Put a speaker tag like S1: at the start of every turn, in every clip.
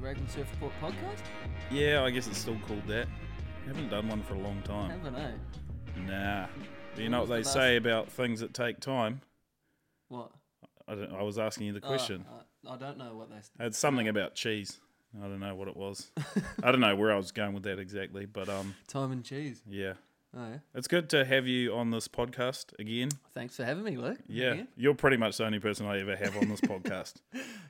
S1: Raglan Surfport podcast?
S2: Yeah, I guess it's still called that. Haven't done one for a long time.
S1: Haven't I?
S2: Nah. But you know
S1: When
S2: what they
S1: was the
S2: say about things that take time?
S1: What?
S2: I, don't, I was asking you the
S1: Uh,
S2: question.
S1: I, I don't know what they.
S2: It's something about cheese. I don't know what it was. I don't know where I was going with that exactly, but um,
S1: Time and cheese.
S2: yeah,
S1: Oh, yeah.
S2: it's good to have you on this podcast again.
S1: Thanks for having me, Luke.
S2: Yeah,
S1: Again.
S2: you're pretty much the only person I ever have on this podcast.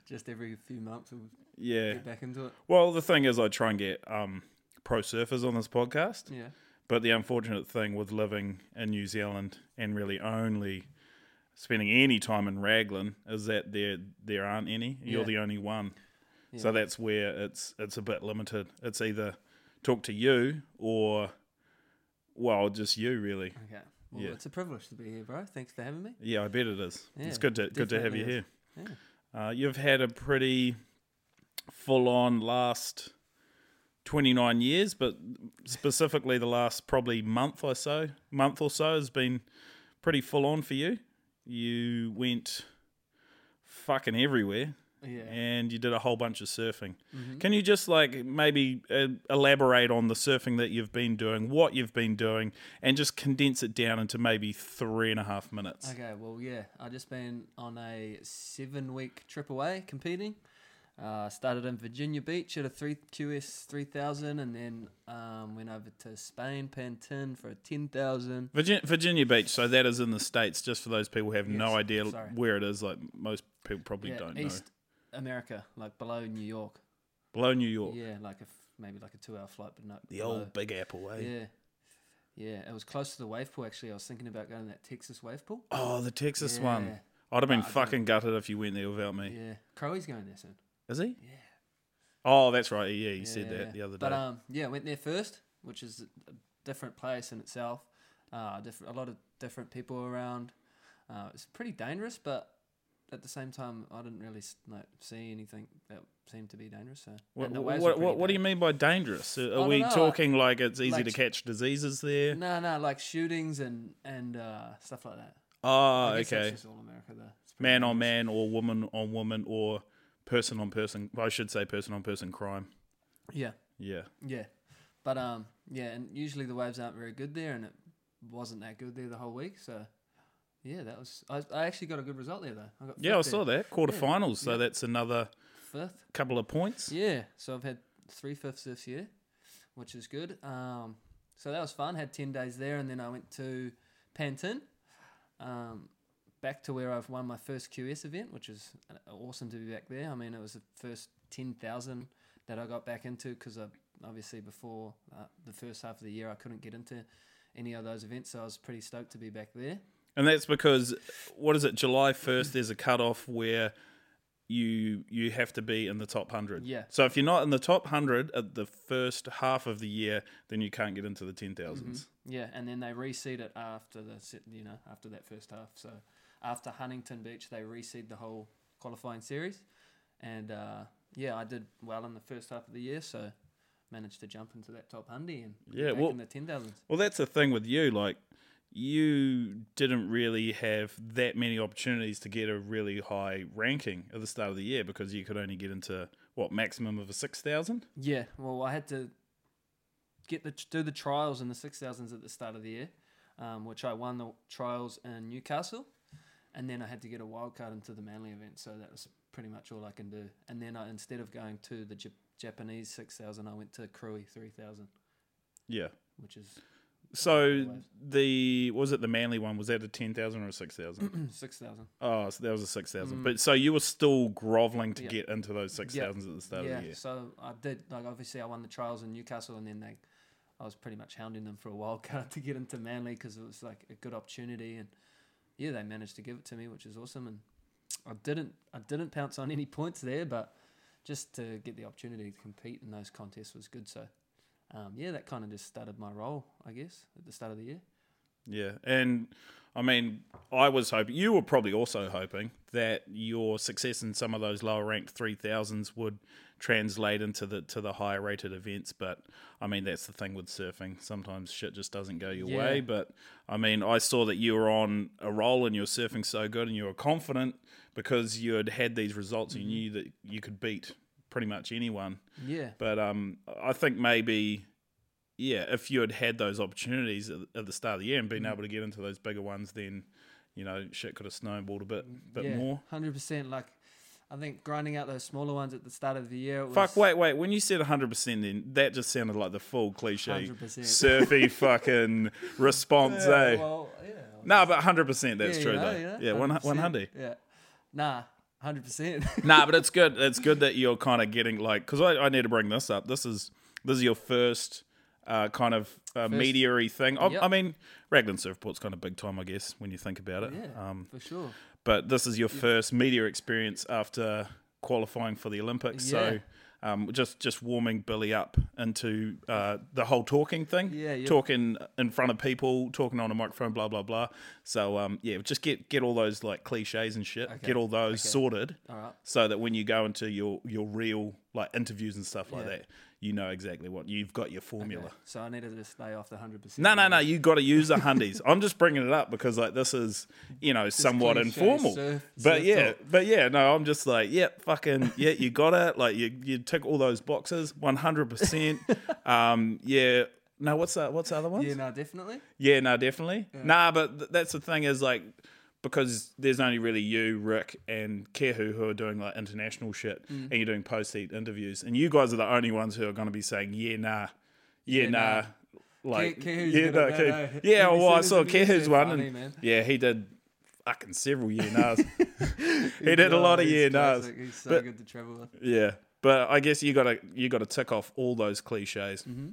S1: Just every few months we'll
S2: Yeah.
S1: get back into it.
S2: Well, the thing is, I try and get um, pro surfers on this podcast,
S1: Yeah.
S2: but the unfortunate thing with living in New Zealand and really only spending any time in Raglan is that there there aren't any. You're
S1: Yeah.
S2: the only one,
S1: Yeah.
S2: so that's where it's it's a bit limited. It's either talk to you or well, just you really.
S1: Okay. Well,
S2: Yeah.
S1: it's a privilege to be here, bro. Thanks for having me.
S2: Yeah, I bet it is. it's
S1: Yeah,
S2: good to good to have you
S1: definitely
S2: here. Uh, you've had a pretty full on last twenty nine years, but specifically the last probably month or so, month or so has been pretty full on for you. You went fucking everywhere,
S1: Yeah. Yeah. Mm-hmm.
S2: and you did a whole bunch of surfing. Can you just like maybe uh, elaborate on the surfing that you've been doing, what you've been doing, and just condense it down into maybe three and a half minutes?
S1: Okay, well, yeah, I just been on a seven week trip away competing. Uh, started in Virginia Beach at a three QS three thousand, and then um, went over to Spain, Pantin for a ten thousand.
S2: Virginia, Virginia Beach, so that is in the states. Just for those people who have
S1: Yes,
S2: no idea
S1: sorry.
S2: where it is, like most people probably
S1: Yeah,
S2: don't
S1: East America, like below New York.
S2: know. Below New York,
S1: Yeah, like a f maybe like a two hour flight, but not
S2: the
S1: below.
S2: old Big Apple, eh?
S1: Yeah, yeah, it was close to the wave pool. Actually, I was thinking about going to that Texas wave pool.
S2: Oh, the Texas
S1: Yeah.
S2: one. I'd have been
S1: I don't-
S2: fucking gutted if you went there without me.
S1: Yeah, Crowley's going there soon.
S2: Is he?
S1: Yeah.
S2: Oh, that's right. Yeah, you said
S1: Yeah,
S2: that the other day.
S1: But um, yeah, I went there first, which is a different place in itself. Uh, diff- a lot of different people around. Uh, it's pretty dangerous, but at the same time, I didn't really s- like see anything that seemed to be dangerous. So
S2: what,
S1: and the
S2: what,
S1: waves
S2: what,
S1: were pretty
S2: what do you
S1: big.
S2: mean by dangerous? Are
S1: don't
S2: we
S1: know, I-
S2: talking like it's easy
S1: like-
S2: to catch diseases there?
S1: No, no, like shootings and and uh, stuff like that.
S2: Oh,
S1: I guess that's
S2: okay.
S1: just all America, though. It's pretty
S2: Man on
S1: dangerous.
S2: man, or woman on woman, or person on person. I should say person on person crime.
S1: Yeah,
S2: Yeah.
S1: yeah, but um, yeah, and usually the waves aren't very good there, and it wasn't that good there the whole week. So yeah, that was. I, I actually got a good result there though. I got
S2: Yeah, I
S1: fifth there.
S2: saw that quarterfinals. So that's another
S1: fifth.
S2: couple of points.
S1: Yeah, so I've had three fifths this year, which is good. Um, so that was fun. Had ten days there, and then I went to Pantin, um, back to where I've won my first QS event, which is uh, awesome to be back there. I mean, it was the first ten thousand that I got back into because I obviously before uh, the first half of the year I couldn't get into any of those events, so I was pretty stoked to be back there.
S2: And that's because what is it? July first, there's a cutoff where you you have to be in the top hundred.
S1: Yeah.
S2: So if you're not in the top hundred at the first half of the year, then you can't get into the ten thousands.
S1: Yeah, and then they reseed it after the se- you know after that first half. So after Huntington Beach, they reseed the whole qualifying series, and uh, yeah, I did well in the first half of the year, so managed to jump into that top hundred and get
S2: Yeah,
S1: back
S2: well-
S1: in the ten thousands.
S2: Well, that's the thing with you. Like, you didn't really have that many opportunities to get a really high ranking at the start of the year because you could only get into what maximum of a six thousand.
S1: Yeah, well, I had to get the do the trials in the six thousands at the start of the year, um, which I won the trials in Newcastle, and then I had to get a wild card into the Manly event. So that was pretty much all I can do. And then I, instead of going to the Jap- Japanese six thousand, I went to Krui three thousand,
S2: Yeah.
S1: which is
S2: So
S1: Otherwise.
S2: the was it the Manly one? Was that a ten thousand or a six
S1: Mm.
S2: thousand?
S1: six thousand.
S2: oh, so that was a six thousand. But so you were still groveling to
S1: Mm. Yeah.
S2: get into those six thousands at the start
S1: yeah,
S2: of the year.
S1: so I did. Like obviously, I won the trials in Newcastle, and then they, I was pretty much hounding them for a wild card to get into Manly because it was like a good opportunity, and yeah, they managed to give it to me, which is awesome. And I didn't, I didn't pounce on any points there, but just to get the opportunity to compete in those contests was good. So. Um, yeah, that kind of just started my role, I guess, at the start of the year.
S2: Yeah, and I mean, I was hoping you were probably also hoping that your success in some of those lower ranked three thousands would translate into the to the higher rated events. But I mean, that's the thing with surfing. Sometimes shit just doesn't go your
S1: Yeah.
S2: way. But I mean, I saw that you were on a roll and you were surfing so good and you were confident because you had had these results and you knew that you could beat pretty much anyone.
S1: Yeah.
S2: But um, I think maybe, yeah, if you had had those opportunities at, at the start of the year and
S1: Mm.
S2: been able to get into those bigger ones, then you know shit could have snowballed a bit, bit
S1: yeah,
S2: more.
S1: Hundred percent. Like, I think grinding out those smaller ones at the start of the year. It was,
S2: Fuck! Wait, wait. When you said 100, percent then that just sounded like the full cliche,
S1: 100%.
S2: surfy fucking response, eh?
S1: Yeah, uh, well, yeah.
S2: no, but 100, percent that's
S1: Yeah,
S2: true
S1: you know,
S2: though.
S1: you know,
S2: yeah, one 100.
S1: Yeah. Nah, hundred percent.
S2: nah, but it's good. It's good that you're kind of getting like because I, I need to bring this up. This is this is your first uh, kind of uh, media-y thing. I,
S1: Yep.
S2: I mean, Raglan Surfport's kind of big time, I guess, when you think about it.
S1: Yeah,
S2: Um,
S1: for sure.
S2: but this is your first media experience after qualifying for the Olympics. So.
S1: Yeah.
S2: Um, just just warming Billy up into uh, the whole talking thing,
S1: Yeah, yeah.
S2: talking in front of people, talking on a microphone, blah blah blah. So um, yeah, just get get all those like cliches and shit, get all those sorted,
S1: All right.
S2: so that when you go into your your real like interviews and stuff like
S1: Yeah.
S2: that, you know exactly what you've got your formula.
S1: So I needed to stay off the hundred percent.
S2: No, no, no. You got to use the hundies. I'm just bringing it up because like this is you know somewhat
S1: cliche
S2: informal,
S1: surf-
S2: but
S1: surf
S2: yeah,
S1: talk.
S2: but yeah. No, I'm just like yeah, fucking yeah. You got it. Like you you tick all those boxes, 100. percent Um, yeah. No, what's that? What's the other ones?
S1: Yeah, no, definitely.
S2: Yeah, no, definitely. Nah, but th- that's the thing is like because there's only really you, Rick, and Kehu who are doing like international shit,
S1: Mm.
S2: and you're doing post heat interviews, and you guys are the only ones who are going to be saying yeah, nah, yeah, nah.
S1: nah.
S2: Like,
S1: Kehu's
S2: yeah,
S1: got a
S2: no,
S1: bad
S2: Kehu-
S1: eye.
S2: yeah.
S1: Have you
S2: Well, I
S1: seen
S2: saw
S1: his videos?
S2: Kehu's
S1: They're
S2: one,
S1: funny,
S2: and
S1: man.
S2: yeah, he did fucking several yeah, nahs. he did a lot of
S1: he's
S2: yeah, nahs.
S1: classic. He's so
S2: But-
S1: good to travel with.
S2: Yeah, but I guess you gotta you gotta tick off all those cliches.
S1: Mm-hmm.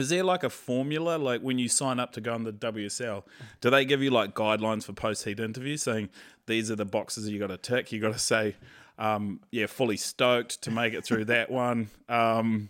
S2: Is there like a formula, like when you sign up to go on the WSL, do they give you like guidelines for post heat interviews, saying these are the boxes you got to tick? You got to say, um, yeah, fully stoked to make it through that one. Um,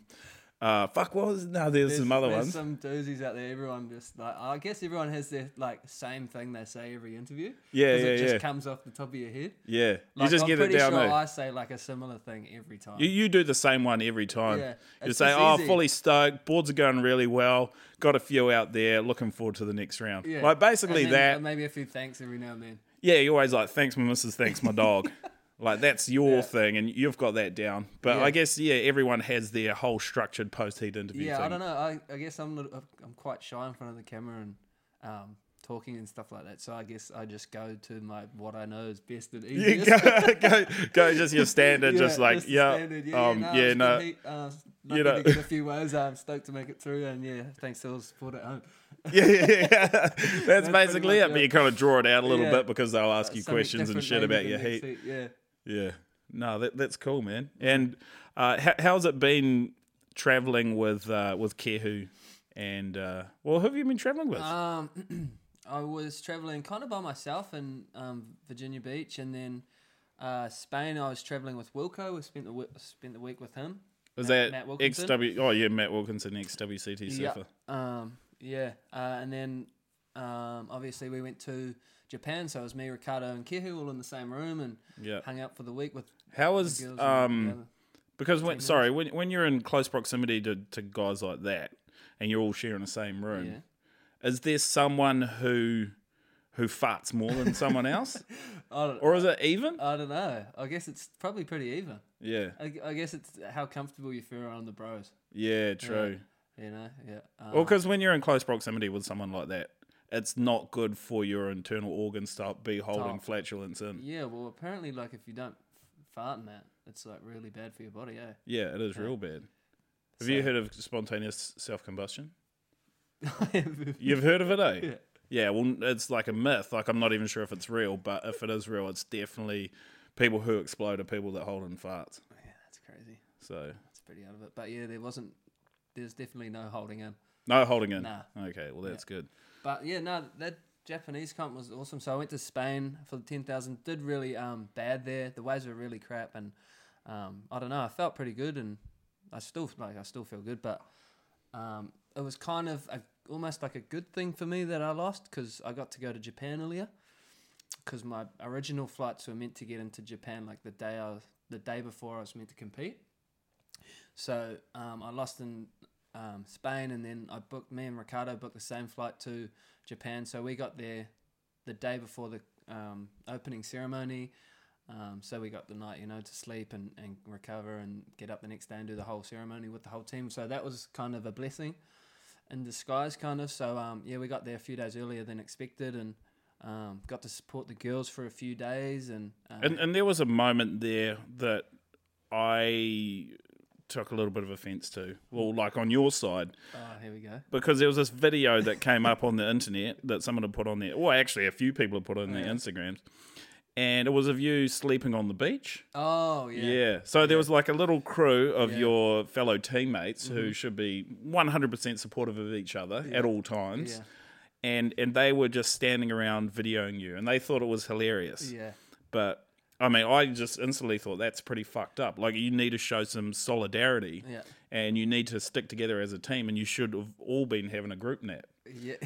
S2: uh, fuck, what was no? There's, some other
S1: There's
S2: ones.
S1: some doozies out there. Everyone just like I guess everyone has their like same thing they say every interview.
S2: Yeah,
S1: 'cause It
S2: yeah,
S1: just
S2: yeah.
S1: comes off the top of your head.
S2: yeah,
S1: Like,
S2: you just
S1: I'm
S2: get it
S1: pretty
S2: down
S1: sure
S2: there.
S1: I say like a similar thing every time.
S2: You, you do the same one every time.
S1: Yeah,
S2: you
S1: it's
S2: say,
S1: just
S2: "Oh,
S1: easy."
S2: fully stoked. Boards are going really well. Got a few out there. Looking forward to the next round."
S1: Yeah.
S2: Like basically
S1: And then, uh,
S2: that.
S1: Maybe a few thanks every now and then.
S2: yeah, you're always like, "Thanks, my missus. Thanks, my dog." like that's your
S1: Yeah.
S2: thing, and you've got that down. But
S1: Yeah.
S2: I guess yeah, everyone has their whole structured post heat interview.
S1: Yeah,
S2: thing.
S1: I don't know. I, I guess I'm not, I'm quite shy in front of the camera and um, talking and stuff like that. So I guess I just go to my what I know is best and
S2: You
S1: easiest.
S2: go, go, go, just your standard,
S1: Yeah,
S2: just like
S1: the
S2: yeah,
S1: standard.
S2: um,
S1: no,
S2: yeah,
S1: it's
S2: no,
S1: good heat. Uh,
S2: You
S1: you
S2: know.
S1: know, get a few woes. I'm stoked to make it through, and yeah, thanks to all the support at home.
S2: yeah, yeah, yeah. That's,
S1: pretty
S2: basically
S1: much
S2: it.
S1: it.
S2: But you kind of draw it out a little
S1: Yeah.
S2: bit because they'll ask you
S1: Something
S2: questions and
S1: different
S2: shit
S1: maybe
S2: about
S1: the
S2: your
S1: next
S2: heat.
S1: week, Yeah.
S2: Yeah. No, that, that's cool, man. And uh, how, how's it been traveling with uh, with Kehu? And uh, well, who have you been traveling with?
S1: Um, I was traveling kind of by myself in um, Virginia Beach, and then uh, Spain. I was traveling with Wilco. I spent the w- spent the week with him.
S2: Is
S1: Matt-
S2: that
S1: Matt Wilkinson?
S2: XW? Oh yeah, Matt Wilkinson, XWCT
S1: Yeah.
S2: surfer.
S1: Um, yeah. Uh, and then um, obviously we went to Japan, so it was me, Ricardo, and Kehu all in the same room and
S2: Yeah.
S1: hung out for the week with
S2: How
S1: the
S2: was
S1: girls. and the
S2: um
S1: other-
S2: because when sorry when when you're in close proximity to, to guys like that and you're all sharing the same room,
S1: Yeah.
S2: is there someone who who farts more than someone else,
S1: I don't,
S2: or is it even?
S1: I don't know. I guess it's probably pretty even.
S2: yeah,
S1: I, I guess it's how comfortable you feel around the bros.
S2: yeah, true.
S1: You know, yeah. Um,
S2: Well, because when you're in close proximity with someone like that, it's not good for your internal organs to be holding
S1: Stop.
S2: flatulence in.
S1: Yeah, well, apparently, like if you don't fart in that, it's like really bad for your body, eh?
S2: Yeah, it is real bad. Have you
S1: So-
S2: heard of spontaneous self combustion?
S1: yeah,
S2: You've heard of it, eh? Yeah. well, it's like a myth. Like, I'm not even sure if it's real, but if it is real, it's definitely people who explode are people that hold in farts.
S1: that's crazy.
S2: So,
S1: That's pretty out of it. But yeah, there wasn't. There's definitely no holding in.
S2: no holding in.
S1: Nah.
S2: Okay, well, that's good.
S1: But yeah, no, that Japanese comp was awesome. So I went to Spain for the ten thousand. Did really um bad there. The waves were really crap, and um I don't know. I felt pretty good, and I still like I still feel good, but um it was kind of a, almost like a good thing for me that I lost because I got to go to Japan earlier. Because my original flights were meant to get into Japan like the day I was, the day before I was meant to compete. So um, I lost in um, Spain, and then I booked me and Ricardo booked the same flight to Japan. So we got there the day before the um, opening ceremony. Um, so we got the night, you know, to sleep and, and recover and get up the next day and do the whole ceremony with the whole team. So that was kind of a blessing in disguise, kind of. So um, yeah, we got there a few days earlier than expected and um, got to support the girls for a few days. And, um,
S2: And and there was a moment there that I took a little bit of offence to. Well, like on your side,
S1: oh, here we go.
S2: because there was this video that came up on the internet that someone had put on there. Well, actually, a few people had put on their Instagrams, and it was of you sleeping on the beach.
S1: Oh yeah.
S2: Yeah. So there was like a little crew of your fellow teammates
S1: Mm-hmm.
S2: who should be 100% supportive of each other at all times.
S1: Yeah.
S2: And and they were just standing around videoing you and they thought it was hilarious.
S1: Yeah.
S2: But I mean, I just instantly thought that's pretty fucked up. Like you need to show some solidarity
S1: Yeah.
S2: and you need to stick together as a team and you should have all been having a group nap.
S1: Yeah,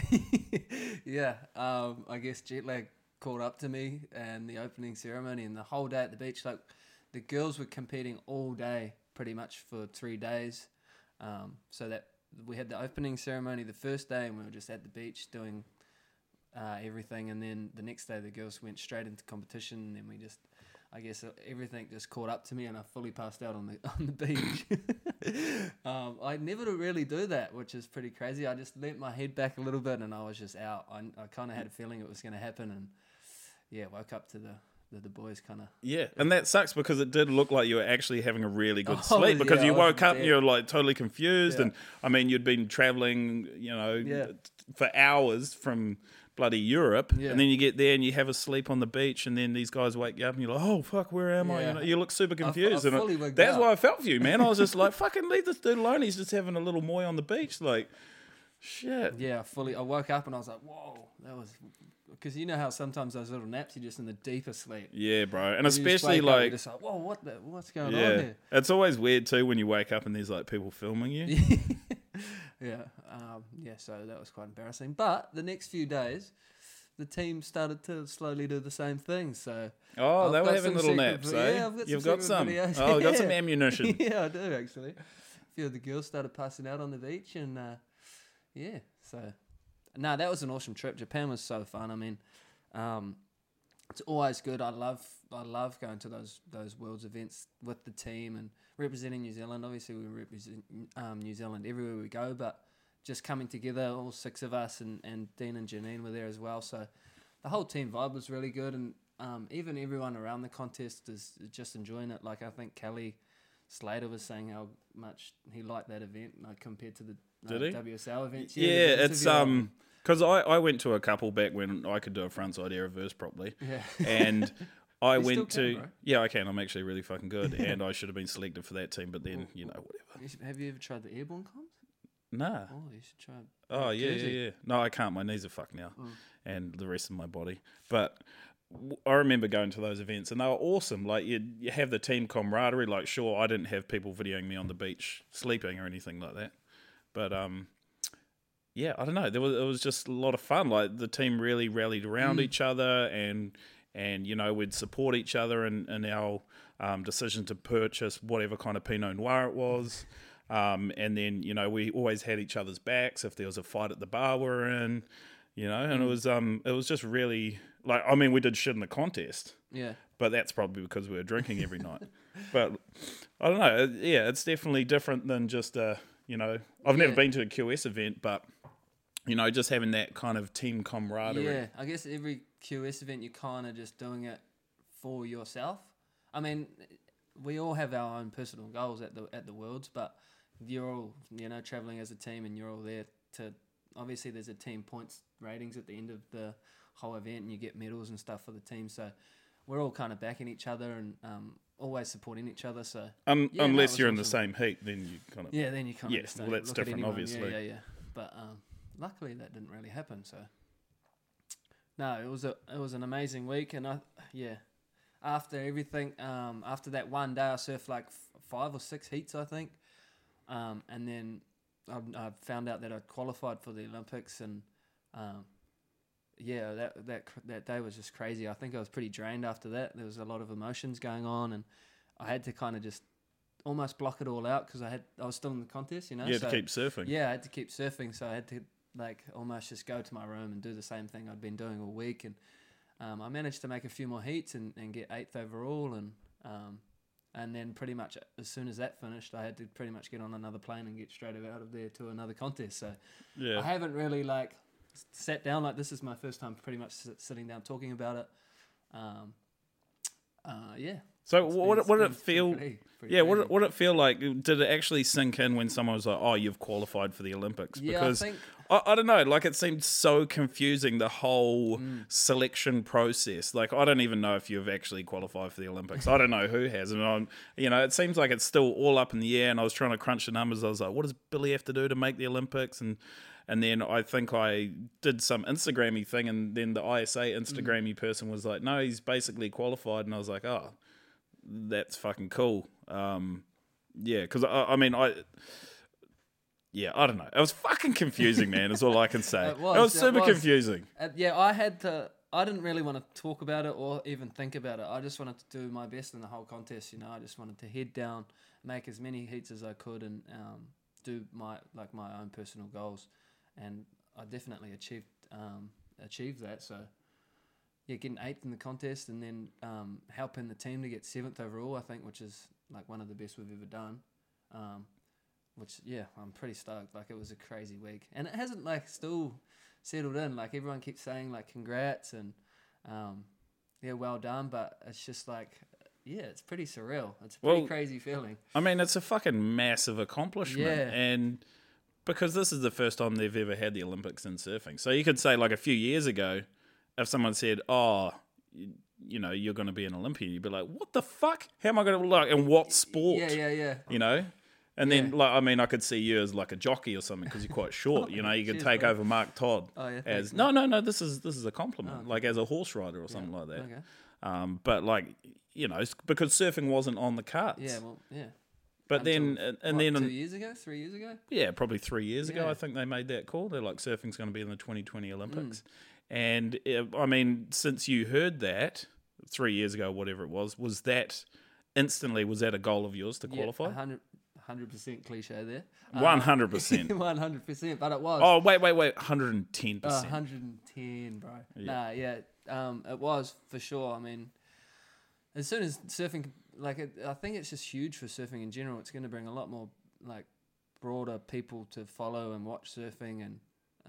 S1: yeah. Um, I guess jet lag caught up to me, and the opening ceremony, and the whole day at the beach. Like the girls were competing all day, pretty much for three days. Um, so that we had the opening ceremony the first day, and we were just at the beach doing uh, everything, and then the next day the girls went straight into competition, and then we just. I guess uh, everything just caught up to me, and I fully passed out on the on the beach. um, I never really do that, which is pretty crazy. I just leant my head back a little bit, and I was just out. I, I kind of had a feeling it was going to happen, and yeah, woke up to the the, the boys kind of
S2: Yeah, and that sucks because it did look like you were actually having a really good
S1: I
S2: sleep
S1: was-
S2: because
S1: Oh, yeah,
S2: you
S1: I was
S2: woke up and
S1: dead.
S2: you were like totally confused.
S1: Yeah.
S2: And I mean, you'd been traveling, you know,
S1: Yeah.
S2: t- for hours from bloody Europe.
S1: Yeah.
S2: And then you get there and you have a sleep on the beach. And then these guys wake you up and you're like, oh, fuck, where am I?
S1: Yeah.
S2: You, know, you look super
S1: I
S2: confused. and I-
S1: fully wigged
S2: that's
S1: out.
S2: why I felt for you, man. I was just like, fucking leave this dude alone. He's just having a little moy on the beach. Like, shit.
S1: yeah, I fully. I woke up and I was like, whoa, that was because you know how sometimes those little naps you're just in the deeper sleep,
S2: Yeah, bro. And
S1: You just
S2: especially
S1: wake up, you're
S2: like,
S1: just like, whoa, what the, what's going on
S2: yeah,
S1: here?
S2: it's always weird too when you wake up and there's like people filming you.
S1: yeah, um, yeah. So that was quite embarrassing. But the next few days, the team started to slowly do the same thing. So
S2: Oh,
S1: I've
S2: they were
S1: got
S2: having
S1: some secret
S2: little naps,
S1: vi-
S2: eh?
S1: yeah, I've got
S2: You've
S1: some
S2: got some.
S1: secret videos.
S2: Oh, I've got some
S1: Yeah.
S2: ammunition.
S1: yeah, I do actually. A few of the girls started passing out on the beach, and uh, yeah, so no, that was an awesome trip. Japan was so fun. I mean, um, it's always good. I love I love going to those those worlds events with the team and representing New Zealand. Obviously, we represent um, New Zealand everywhere we go, but just coming together, all six of us, and and Dean and Janine were there as well. So the whole team vibe was really good, and um, even everyone around the contest is just enjoying it. Like I think Kelly Slater was saying how much he liked that event like, compared to the uh,
S2: Did he?
S1: WSL events.
S2: Yeah,
S1: the
S2: it's
S1: interview
S2: um, because I I went to a couple back when I could do a frontside air reverse properly,
S1: album. yeah.
S2: and I
S1: You still
S2: went
S1: can,
S2: to
S1: bro.
S2: yeah I can I'm actually really fucking good, and I should have been selected for that team, but then you know whatever.
S1: You should- Have you ever tried the airborne comms?
S2: Nah.
S1: Oh, you should try. it.
S2: Oh yeah, yeah,
S1: Jersey.
S2: yeah. No, I can't. My knees are fucked now, and the rest of my body. But w- I remember going to those events, and they were awesome. Like you, you have the team camaraderie. Like, sure, I didn't have people videoing me on the beach sleeping or anything like that, but um, yeah, I don't know. There was it was just a lot of fun. Like the team really rallied around each other, and and you know we'd support each other in, in our um, decision to purchase whatever kind of Pinot Noir it was. Um, and then you know we always had each other's backs if there was a fight at the bar we were in, you know. And it was um it was just really like I mean we did shit in the contest,
S1: Yeah.
S2: but that's probably because we were drinking every night. But I don't know. it- Yeah, it's definitely different than just a you know. I've never
S1: Yeah.
S2: been to a QS event, but you know, just having that kind of team camaraderie.
S1: Yeah, I guess every QS event you're kind of just doing it for yourself. I mean, we all have our own personal goals at the at the worlds, but you're all you know traveling as a team, and you're all there to. Obviously, there's a team points ratings at the end of the whole event, and you get medals and stuff for the team. So we're all kind of backing each other and um, always supporting each other. So
S2: Um,
S1: Yeah, no,
S2: unless
S1: it's
S2: you're in the
S1: awesome.
S2: same heat, then you kind of
S1: yeah, then you can't.
S2: Yeah,
S1: just
S2: well,
S1: don't
S2: that's
S1: look at
S2: different,
S1: anyone.
S2: obviously.
S1: Yeah, yeah, yeah. But um, luckily, that didn't really happen. So no, it was a it was an amazing week, and I yeah. After everything, um, after that one day, I surfed like f- five or six heats, I think, um, and then I, I found out that I'd qualified for the Olympics, and um, yeah, that that cr- that day was just crazy. I think I was pretty drained after that. There was a lot of emotions going on, and I had to kind of just almost block it all out because I had I was still in the contest, you know.
S2: you have
S1: so-
S2: to keep surfing.
S1: yeah, I had to keep surfing, so I had to like almost just go to my room and do the same thing I'd been doing all week, and Um, I managed to make a few more heats and, and get eighth overall, and um, and then pretty much as soon as that finished, I had to pretty much get on another plane and get straight out of there to another contest. So I
S2: Yeah.
S1: haven't really like s- sat down like this is my first time pretty much sit- sitting down talking about it. Um, uh, yeah.
S2: So
S1: it's
S2: what
S1: been-
S2: what did it
S1: it's been
S2: feel?
S1: pretty- pretty
S2: Yeah, what
S1: crazy.
S2: it- what did it feel like? Did it actually sink in when someone was like, "Oh, you've qualified for the Olympics"?
S1: Yeah, I
S2: Because
S1: think-
S2: I, I don't know, like it seemed so confusing the whole selection process. Like I don't even know if you've actually qualified for the Olympics. I don't know who has, and I'm, you know, it seems like it's still all up in the air. And I was trying to crunch the numbers. I was like, "What does Billy have to do to make the Olympics?" And and then I think I did some Instagrammy thing, and then the ISA Instagrammy person was like, "No, he's basically qualified." And I was like, "Oh." that's fucking cool. Um, yeah, because I, I mean, I, yeah, I don't know. It was fucking confusing, man. Is all I can say.
S1: It
S2: it
S1: was,
S2: was,
S1: it
S2: super
S1: was.
S2: confusing.
S1: Uh, yeah, I had to. I didn't really want to talk about it or even think about it. I just wanted to do my best in the whole contest. You know, I just wanted to head down, make as many heats as I could, and um, do my like my own personal goals. And I definitely achieved um, achieved that. So yeah, getting eighth in the contest and then um, helping the team to get seventh overall, I think, which is like one of the best we've ever done. Um, which yeah, I'm pretty stoked. Like it was a crazy week, and it hasn't like still settled in. Like everyone keeps saying like congrats and um, yeah, well done, but it's just like yeah, it's pretty surreal. It's a pretty
S2: Well,
S1: crazy feeling.
S2: I mean, it's a fucking massive accomplishment,
S1: Yeah.
S2: and because this is the first time they've ever had the Olympics in surfing, so you could say like a few years ago, if someone said, "Oh." You, you know, you're going to be an Olympian. You'd be like, "What the fuck? How am I going to look? And what sport?
S1: Yeah, yeah, yeah.
S2: you know. And then,
S1: Yeah.
S2: like, I mean, I could see you as like a jockey or something because you're quite short. You know, you could
S1: Cheers,
S2: take
S1: bro.
S2: over Mark Todd
S1: Oh, yeah, thanks,
S2: as no, no, no. This is this is a compliment, like as a horse rider or something like that.
S1: Okay.
S2: Um, but like, you know, it's because surfing wasn't on the cards.
S1: Yeah. Well. Yeah.
S2: but then,
S1: until,
S2: and, and
S1: what,
S2: then,
S1: two years ago, three years ago.
S2: yeah, probably three years ago,
S1: Yeah.
S2: I think they made that call. They're like, surfing's going to be in the 2020 Olympics.
S1: Mm.
S2: And uh, I mean, since you heard that three years ago, whatever it was, was that instantly was that a goal of yours to qualify?
S1: Yeah, uh-huh. 100 percent cliche there. Um,
S2: One hundred percent.
S1: One hundred percent, but it was.
S2: Oh wait, wait, wait! One hundred and ten
S1: Uh,
S2: percent.
S1: 110, bro. Nah, yeah, um, it was for sure. I mean, as soon as surfing, like, it, I think it's just huge for surfing in general. It's going to bring a lot more, like, broader people to follow and watch surfing. And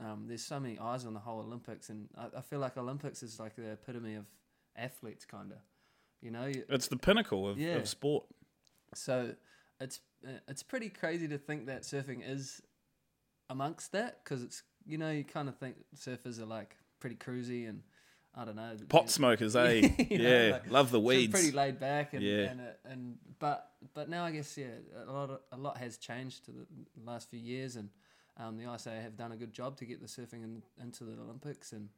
S1: um, there's so many eyes on the whole Olympics. And I, I feel like Olympics is like the epitome of athletes, kind of. You know, you,
S2: It's the pinnacle of,
S1: Yeah.
S2: of sport.
S1: so it's uh, it's pretty crazy to think that surfing is amongst that because it's you know you kind of think surfers are like pretty cruisy and I don't know
S2: Pot smokers, eh?
S1: You know,
S2: yeah,
S1: like,
S2: love the
S1: just
S2: weeds.
S1: pretty laid back and
S2: Yeah.
S1: and, uh, and but but now I guess yeah a lot of, a lot has changed to the last few years and um, the ISA have done a good job to get the surfing in, into the Olympics and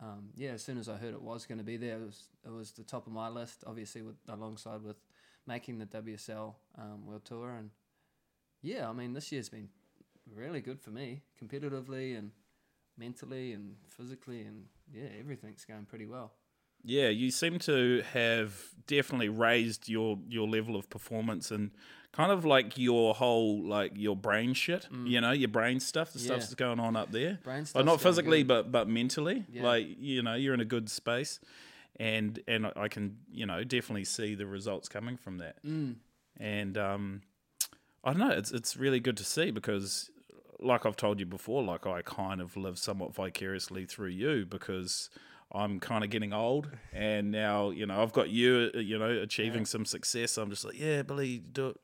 S1: um, yeah, as soon as I heard it was going to be there, it was it was the top of my list. Obviously, with alongside with making the WSL um, World Tour, and yeah, I mean this year's been really good for me competitively and mentally and physically and yeah, everything's going pretty well.
S2: yeah, you seem to have definitely raised your your level of performance and kind of like your whole like your brain shit. You know, your brain stuff, the
S1: Mm.
S2: stuff
S1: Yeah.
S2: that's going on up there.
S1: Brain
S2: like
S1: stuff's going
S2: not physically,
S1: good.
S2: but but mentally.
S1: Yeah.
S2: Like you know, you're in a good space, and and I- I can you know definitely see the results coming from that.
S1: Mm.
S2: and um, I don't know. It's it's really good to see because, like I've told you before, like I kind of live somewhat vicariously through you because I'm kind of getting old, and now you know I've got you, uh, you know, achieving some success. I'm just like, yeah, Billy, do it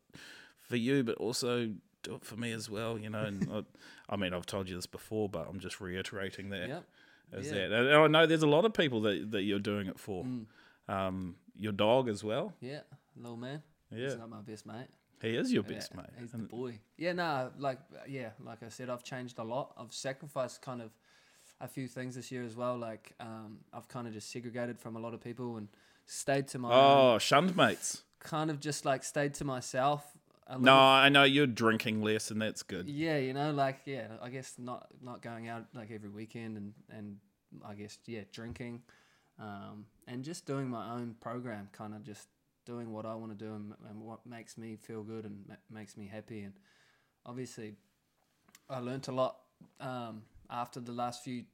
S2: for you, but also. Do it for me as well, you know. And I, I mean, I've told you this before, but I'm just reiterating that
S1: Yep. Yeah.
S2: as
S1: Mm.
S2: that. And I know there's a lot of people that, that you're doing it for. Um, your dog as well.
S1: Yeah, little man.
S2: Yeah.
S1: he's not my best mate.
S2: He is your best
S1: yeah,
S2: mate.
S1: He's the
S2: And-
S1: boy. Yeah, nah, like yeah, like I said, I've changed a lot. I've sacrificed kind of a few things this year as well. Like um, I've kind of just segregated from a lot of people and stayed to my own,
S2: Oh, shunned mates.
S1: kind of just like stayed to myself. A
S2: No,
S1: little-
S2: I know you're drinking less, and that's good.
S1: Yeah, you know, like yeah, I guess not not going out like every weekend and and I guess yeah, drinking, um, and just doing my own program, kind of just doing what I want to do and, and what makes me feel good and ma- makes me happy. And obviously, I learnt a lot um, after the last few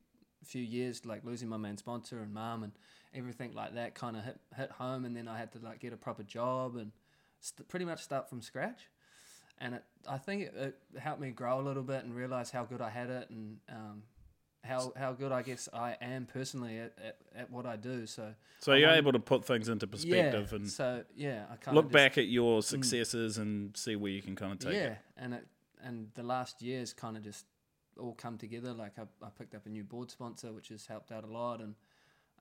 S1: few years, like losing my main sponsor and mum and everything like that, kind of hit hit home. And then I had to like get a proper job and st- pretty much start from scratch. And it, I think it, it helped me grow a little bit and realize how good I had it and um, how how good I guess I am personally at, at, at what I do. So
S2: So you're
S1: Um,
S2: able to put things into perspective
S1: yeah,
S2: and
S1: so yeah, I kind
S2: look
S1: of
S2: back at your successes and see where you can kind of take
S1: mm. yeah,
S2: it.
S1: and it and the last years kind of just all come together. Like I, I picked up a new board sponsor, which has helped out a lot, and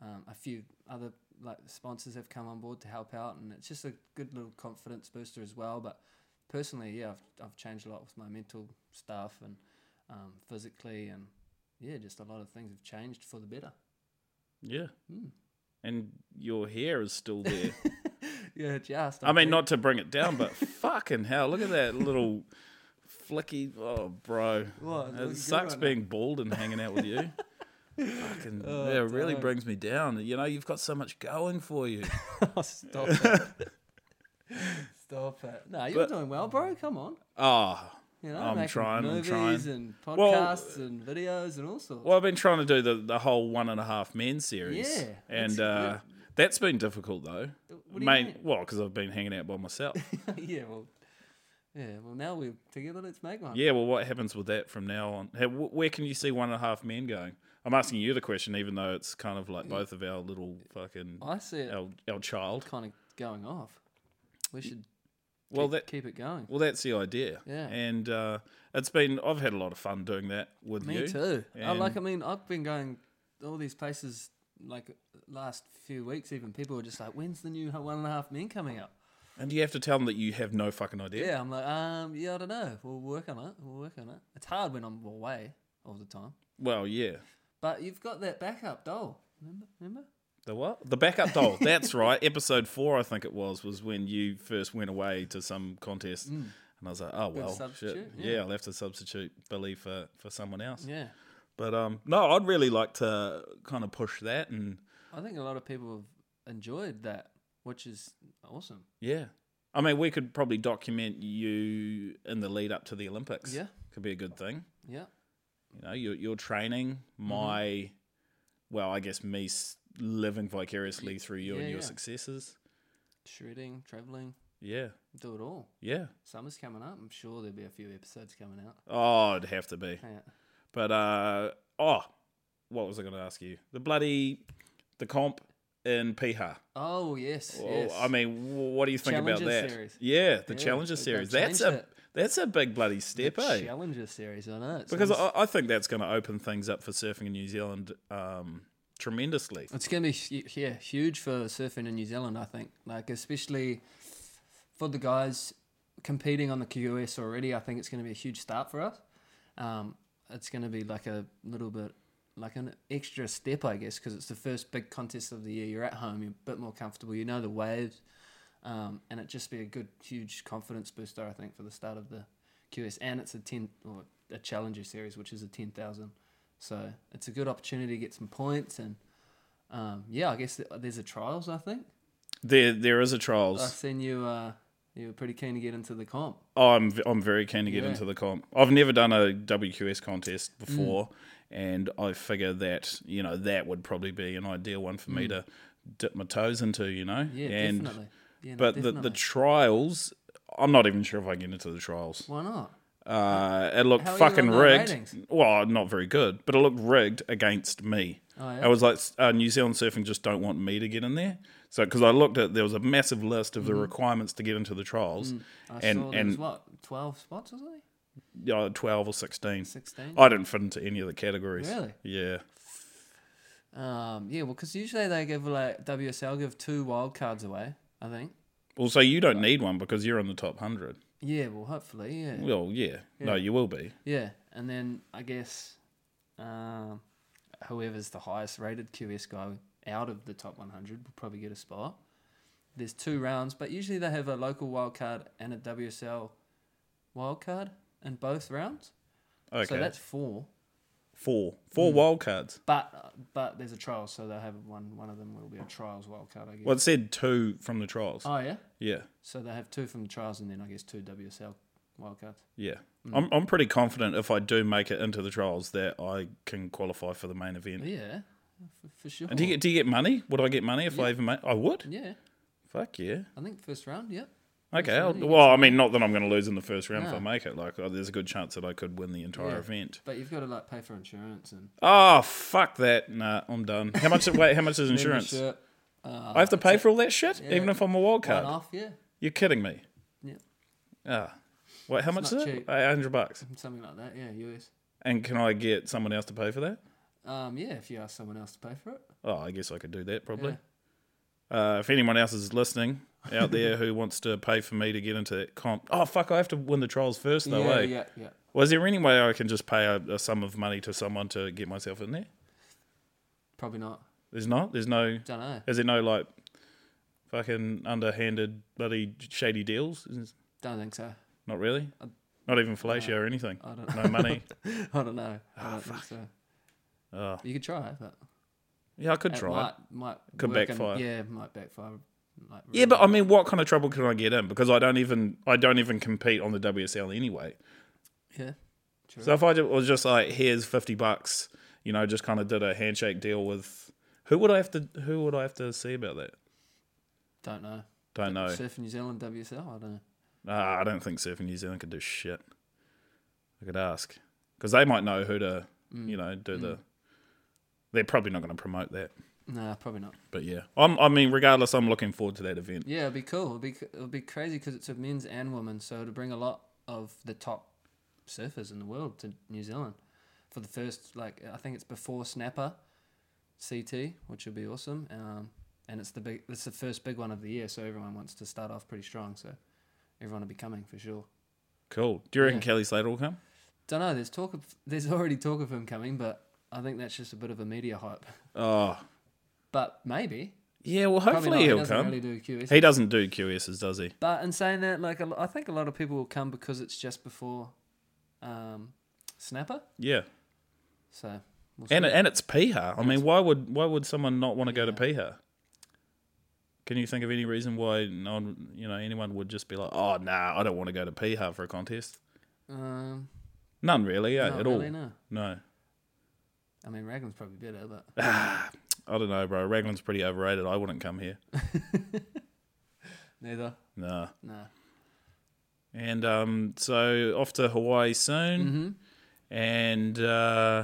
S1: um, a few other like sponsors have come on board to help out, and it's just a good little confidence booster as well. But personally, yeah, I've I've changed a lot with my mental stuff and um, physically, and yeah, just a lot of things have changed for the better.
S2: Yeah.
S1: Mm.
S2: And your hair is still there.
S1: Yeah, just
S2: I mean,
S1: think-
S2: not to bring it down, but fucking hell, look at that little flicky. Oh, bro.
S1: What, it's looking
S2: it
S1: good
S2: sucks
S1: right now.
S2: being bald and hanging out with you. fucking,
S1: Oh,
S2: yeah, it really
S1: don't.
S2: brings me down. You know, you've got so much going for you.
S1: Oh, stop it. stop it. No, you're
S2: But-
S1: doing well, bro. Come on.
S2: Oh,
S1: You know,
S2: I'm
S1: making
S2: trying, I'm
S1: movies
S2: trying.
S1: and
S2: Well,
S1: podcasts and videos and all sorts.
S2: well, I've been trying to do the, the whole one and a half men series.
S1: Yeah,
S2: And
S1: that's-
S2: uh, that's been difficult, though.
S1: What do you
S2: Main-
S1: mean?
S2: Well, because I've been hanging out by myself.
S1: yeah, well, yeah, well, now we're together. Let's make one.
S2: Yeah, well, what happens with that from now on? How, wh- where can you see one and a half men going? I'm asking you the question, even though it's kind of like both of our little fucking
S1: I see it
S2: our, our child.
S1: kind of going off. We should
S2: Well,
S1: keep,
S2: that
S1: keep it going.
S2: well, that's the idea.
S1: Yeah.
S2: and uh, it's been I've had a lot of fun doing that with
S1: Me
S2: you.
S1: too. I like. I
S2: and-
S1: mean, I've been going all these places like last few weeks. Even people are just like, "When's the new One and a Half Men coming up?"
S2: And you have to tell them that you have no fucking idea.
S1: Yeah, I'm like, um, yeah, I don't know. We'll work on it. We'll work on it. It's hard when I'm away all the time,
S2: Well, yeah.
S1: but you've got that backup doll. Remember? Remember?
S2: The what? The backup doll. That's right. Episode four, I think it was, was when you first went away to some contest, and I was like, "Oh well, shit.
S1: Mm. substitute,
S2: Yeah.
S1: yeah.
S2: I'll have to substitute Billy for for someone else."
S1: Yeah.
S2: But um, no, I'd really like to kind of push that, and
S1: I think a lot of people have enjoyed that, which is awesome.
S2: yeah, I mean, we could probably document you in the lead up to the Olympics.
S1: Yeah.
S2: could be a good thing.
S1: Yeah.
S2: You know, your your training,
S1: Mm-hmm.
S2: my, well, I guess me s- living vicariously through you and
S1: yeah,
S2: your
S1: yeah.
S2: successes.
S1: Shredding, traveling,
S2: Yeah,
S1: do it all.
S2: yeah.
S1: Summer's coming up. I'm sure there'll be a few episodes coming out.
S2: Oh, it'd have to be.
S1: Yeah.
S2: But uh, oh, what was I going to ask you? The bloody, the comp in Piha.
S1: Oh, yes.
S2: Well,
S1: yes.
S2: I mean, w- what do you think about
S1: Challenger
S2: that?
S1: series.
S2: Yeah, the
S1: Yeah,
S2: Challenger
S1: they've
S2: series.
S1: changed
S2: That's a
S1: it.
S2: that's a big bloody step, eh?
S1: Challenger series, I know. It
S2: because
S1: sounds-
S2: I, I think that's going to open things up for surfing in New Zealand um, tremendously.
S1: It's going to be hu- yeah huge for surfing in New Zealand. I think like especially for the guys competing on the QS already. I think it's going to be a huge start for us. Um, it's going to be like a little bit like an extra step, I guess, because it's the first big contest of the year. You're at home, you're a bit more comfortable. You know the waves, um, and it just be a good huge confidence booster. I think for the start of the QS, and it's a ten or a Challenger series, which is a ten thousand. So it's a good opportunity to get some points and um, yeah, I guess th- there's a trials. I think
S2: There, there is a
S1: I've
S2: trials.
S1: seen you. Uh, you were pretty keen to get into the comp.
S2: Oh, I'm, v- I'm very keen to get
S1: Yeah.
S2: into the comp. I've never done a WQS contest
S1: Mm.
S2: before, and I figure that you know that would probably be an ideal one for me to dip my toes into. You know,
S1: Mm. Yeah,
S2: and
S1: definitely. Yeah, no,
S2: but the, the
S1: definitely.
S2: trials, I'm not even sure if I get into the trials.
S1: why not?
S2: Uh, it looked
S1: How are you
S2: fucking
S1: on the
S2: rigged.
S1: ratings?
S2: Well, not very good, but it looked rigged against me.
S1: Oh, yeah?
S2: I was like, uh, New Zealand Surfing just don't want me to get in there. So, because I looked at, there was a massive list of the requirements to get into the trials,
S1: Mm. I saw
S2: and
S1: there was
S2: and
S1: what twelve spots or something,
S2: uh, twelve or sixteen.
S1: sixteen.
S2: I didn't fit into any of the categories.
S1: Really?
S2: Yeah.
S1: Um, yeah, well, because usually they give like WSL give two wild cards away. I think.
S2: Also, you don't need one because you're in the top hundred.
S1: Yeah, well, hopefully, yeah,
S2: Well, yeah. No, you will be.
S1: yeah, and then I guess um, whoever's the highest rated QS guy out of the top 100 will probably get a spot. There's two rounds, but usually they have a local wildcard and a WSL wildcard in both rounds.
S2: Okay.
S1: So that's Hmm. four.
S2: four, four wild cards.
S1: But but there's a trial, so they'll have one. One of them will be a trials wildcard, I guess.
S2: Well, it said two from the trials.
S1: Oh yeah.
S2: yeah.
S1: So they have two from the trials, and then I guess two WSL wildcards.
S2: Yeah.
S1: Hmm.
S2: I'm, I'm pretty confident if I do make it into the trials that I can qualify for the main event.
S1: Yeah, for, for sure.
S2: And do you get do you get money? Would I get money if I even make? I would.
S1: yeah,
S2: Fuck yeah.
S1: I think first round. Yep.
S2: Okay. I'll,
S1: round you get
S2: well, I mean, not that I'm going to lose in the first round if
S1: No.
S2: I make it. Like, oh, there's a good chance that I could win the entire
S1: Yeah.
S2: event.
S1: But you've got to like pay for insurance and
S2: Oh fuck that! Nah, I'm done. How much? wait, how much is insurance?
S1: membership, uh,
S2: I have to pay for all that shit,
S1: Yeah.
S2: even if I'm a wild card.
S1: one off. Yeah,
S2: You're kidding me.
S1: Yeah.
S2: Ah. Wait, how much
S1: not
S2: is it?
S1: cheap.
S2: Eight hundred bucks.
S1: something like that. Yeah, US.
S2: And can I get someone else to pay for that?
S1: Um, yeah, if you ask someone else to pay for it.
S2: Oh, I guess I could do that probably. Uh, if anyone else is listening out there who wants to pay for me to get into that comp, oh fuck, I have to win the trials first though.
S1: yeah,
S2: eh?
S1: yeah, yeah.
S2: Was there any way I can just pay a, a sum of money to someone to get myself in there?
S1: Probably not.
S2: There's not. There's no.
S1: Don't know.
S2: Is there no like fucking underhanded bloody shady deals? Is-
S1: Don't think so.
S2: Not really. Not even fellatio or anything.
S1: I don't know.
S2: No Ah, money.
S1: I don't know. I don't think so.
S2: Oh.
S1: You could try, but
S2: Yeah, I could
S1: it
S2: try. it.
S1: might might
S2: Could
S1: work
S2: backfire.
S1: And, yeah, it might backfire. Like,
S2: Yeah, but I mean, what kind of trouble can I get in? Because I don't even I don't even compete on the WSL anyway.
S1: yeah,
S2: So if I ju- was just like, here's fifty bucks, you know, just kind of did a handshake deal with who would I have to who would I have to see about that?
S1: don't know.
S2: Don't know.
S1: Surf in New Zealand WSL. I don't know.
S2: Nah, I don't think Surfing New Zealand could do shit. I could ask because they might know who to,
S1: Mm.
S2: you know, do the. They're probably not going to promote that,
S1: Nah, probably not.
S2: but yeah, I'm. I mean, regardless, I'm looking forward to that event.
S1: Yeah, it'd be cool. It'd be c- it'd be crazy because it's a men's and women's, so to bring a lot of the top surfers in the world to New Zealand for the first like I think it's before Snapper CT, which would be awesome. Um, and it's the big it's the first big one of the year, so everyone wants to start off pretty strong. So everyone will be coming for sure.
S2: Cool. Do you reckon
S1: Yeah.
S2: Kelly Slater will come?
S1: Don't know. There's talk of there's already talk of him coming, but I think that's just a bit of a media hype.
S2: Oh,
S1: But maybe
S2: yeah. Well,
S1: Probably not.
S2: hopefully
S1: he
S2: he'll
S1: doesn't
S2: come.
S1: Really do QS.
S2: He doesn't do QSs, does he?
S1: But in saying that, like a lo- I think a lot of people will come because it's just before um, Snapper.
S2: Yeah,
S1: So we'll
S2: and
S1: see.
S2: and it's Piha. I mean, why would why would someone not want to go to Piha? Can you think of any reason why no one, you know anyone would just be like, oh nah, I don't want to go to Piha for a contest?
S1: um,
S2: None really, yeah,
S1: not
S2: at
S1: really,
S2: all.
S1: No.
S2: No,
S1: I mean, Raglan's probably better, but
S2: I don't know, bro. Raglan's pretty overrated. I wouldn't come here.
S1: neither.
S2: Nah.
S1: No.
S2: And um, so off to Hawaii soon,
S1: Mm-hmm.
S2: and uh,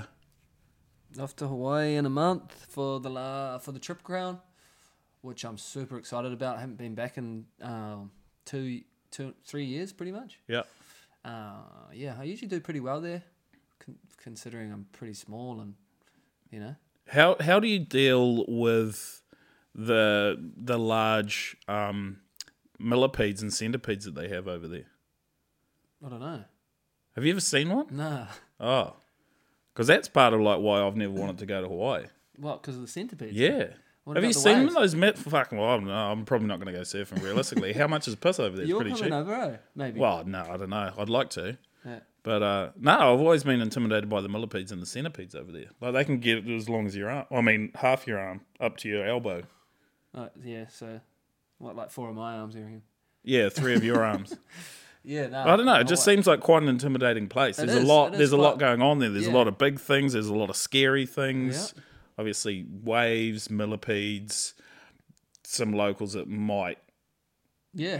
S1: Off to Hawaii in a month for the la- for the trip crown, which I'm super excited about. I haven't been back in um, two, two, three years, pretty much.
S2: yeah,
S1: Uh, yeah, I usually do pretty well there, con- considering I'm pretty small and you know.
S2: How how do you deal with the the large um, millipedes and centipedes that they have over there?
S1: I don't know.
S2: Have you ever seen one?
S1: Nah.
S2: Oh, because that's part of like why I've never wanted to go to Hawaii.
S1: What? Because of the centipede?
S2: Yeah.
S1: What
S2: Have
S1: about
S2: you
S1: the
S2: seen
S1: waves?
S2: those met? Fucking well, I'm, no, I'm probably not going to go surfing realistically. How much is piss over there? It's
S1: You're
S2: pretty
S1: coming
S2: cheap.
S1: over, eh? Maybe.
S2: Well, no, I don't know. I'd like to,
S1: Yeah.
S2: but uh, no, I've always been intimidated by the millipedes and the centipedes over there. Like they can get as long as your arm. I mean, half your arm up to your elbow.
S1: Uh, yeah. So, what? Like four of my arms, you reckon?
S2: Yeah, three of your arms.
S1: Yeah. Oh, No.
S2: I don't know. It just seems like quite an intimidating place.
S1: It
S2: There's a
S1: is,
S2: lot.
S1: it is
S2: There's a lot
S1: quite-
S2: going on there. There's a
S1: yeah.
S2: lot of big things. There's a lot of scary things. Obviously, waves, millipedes, some locals that might,
S1: Yeah.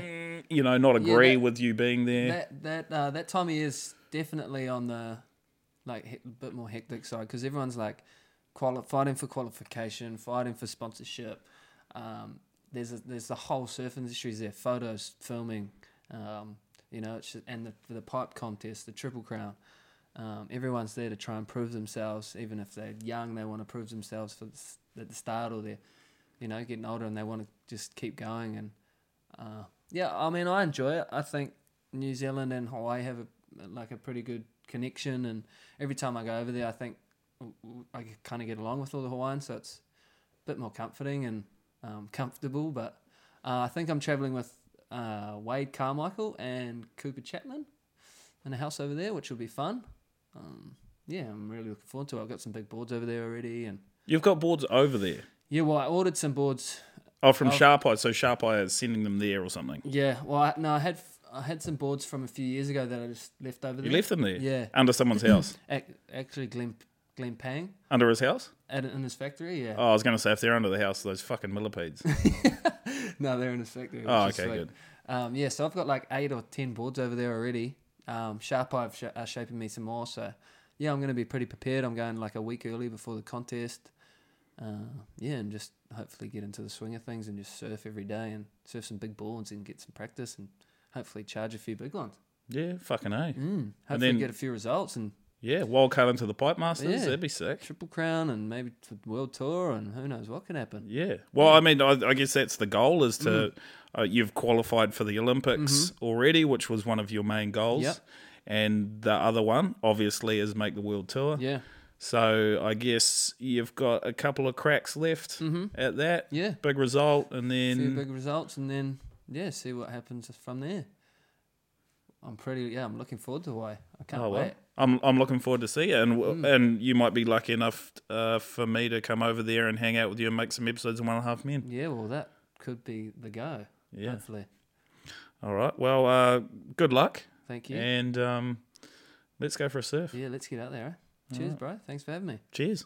S2: you know, not agree
S1: that-
S2: with you being there.
S1: That that uh, that time of year is definitely on the like he- bit more hectic side because everyone's like quali- fighting for qualification, fighting for sponsorship. Um, there's a, there's the whole surf industry's there, photos, filming. Um, you know, it's just, and the the pipe contest, the triple crown. Um, everyone's there to try and prove themselves, even if they're young, they want to prove themselves for the, s- at the start, or they're you know getting older and they want to just keep going. And uh, yeah, I mean, I enjoy it. I think New Zealand and Hawaii have a, like a pretty good connection, and every time I go over there, I think w- w- I kind of get along with all the Hawaiians, so it's a bit more comforting and um, comfortable. But uh, I think I'm traveling with uh, Wade Carmichael and Cooper Chapman in a house over there, which will be fun. Um, yeah, I'm really looking forward to it. I've got some big boards over there already, and
S2: You've got boards over there.
S1: yeah, well, I ordered some boards Oh.
S2: Oh, from Sharp Eye. So Sharp Eye is sending them there or something.
S1: Yeah, well, I, no, I had f- I had some boards from a few years ago that I just left over
S2: You
S1: there.
S2: left them there
S1: Yeah.
S2: under someone's house,
S1: Ac- actually, Glen Glen Pang
S2: under his house.
S1: at in his factory. Yeah.
S2: Oh, I was going to say if they're under the house, those fucking millipedes.
S1: No, they're in his factory.
S2: Oh,
S1: which is
S2: okay,
S1: sweet.
S2: good.
S1: Um, yeah, so I've got like eight or ten boards over there already. Um, Sharp Eye have sh- are shaping me some more, so yeah, I'm going to be pretty prepared. I'm going like a week early before the contest. Uh, yeah, and just hopefully get into the swing of things and just surf every day and surf some big boards and get some practice and hopefully charge a few big ones.
S2: yeah, fucking a.
S1: Mm, hopefully
S2: Hmm. then-
S1: get a few results and
S2: Yeah, wild cut into the pipe masters.
S1: Yeah.
S2: That'd be sick.
S1: triple crown and maybe to the world tour and who knows what can happen.
S2: Yeah. Well, I mean, I, I guess that's the goal is to
S1: Mm.
S2: uh, you've qualified for the Olympics already, which was one of your main
S1: Mm-hmm.
S2: goals.
S1: Yep.
S2: And the other one, obviously, is make the world tour.
S1: Yeah,
S2: So I guess you've got a couple of cracks left
S1: Mm-hmm.
S2: at that.
S1: yeah.
S2: Big result, and
S1: A few
S2: then
S1: big results and then yeah, see what happens from there. I'm pretty yeah, I'm looking forward to Hawaii. I can't
S2: oh well.
S1: wait. Hmm.
S2: I'm I'm looking forward to see it, and w and you might be lucky enough uh, for me to come over there and hang out with you and make some episodes of One and a Half Men.
S1: Yeah, well that could be the go.
S2: Yeah.
S1: Hopefully.
S2: All right. Well, uh, good luck,
S1: Thank you.
S2: and um, let's go for a surf.
S1: Yeah, let's get out there. Eh? Cheers, bro. Thanks for having me.
S2: Cheers.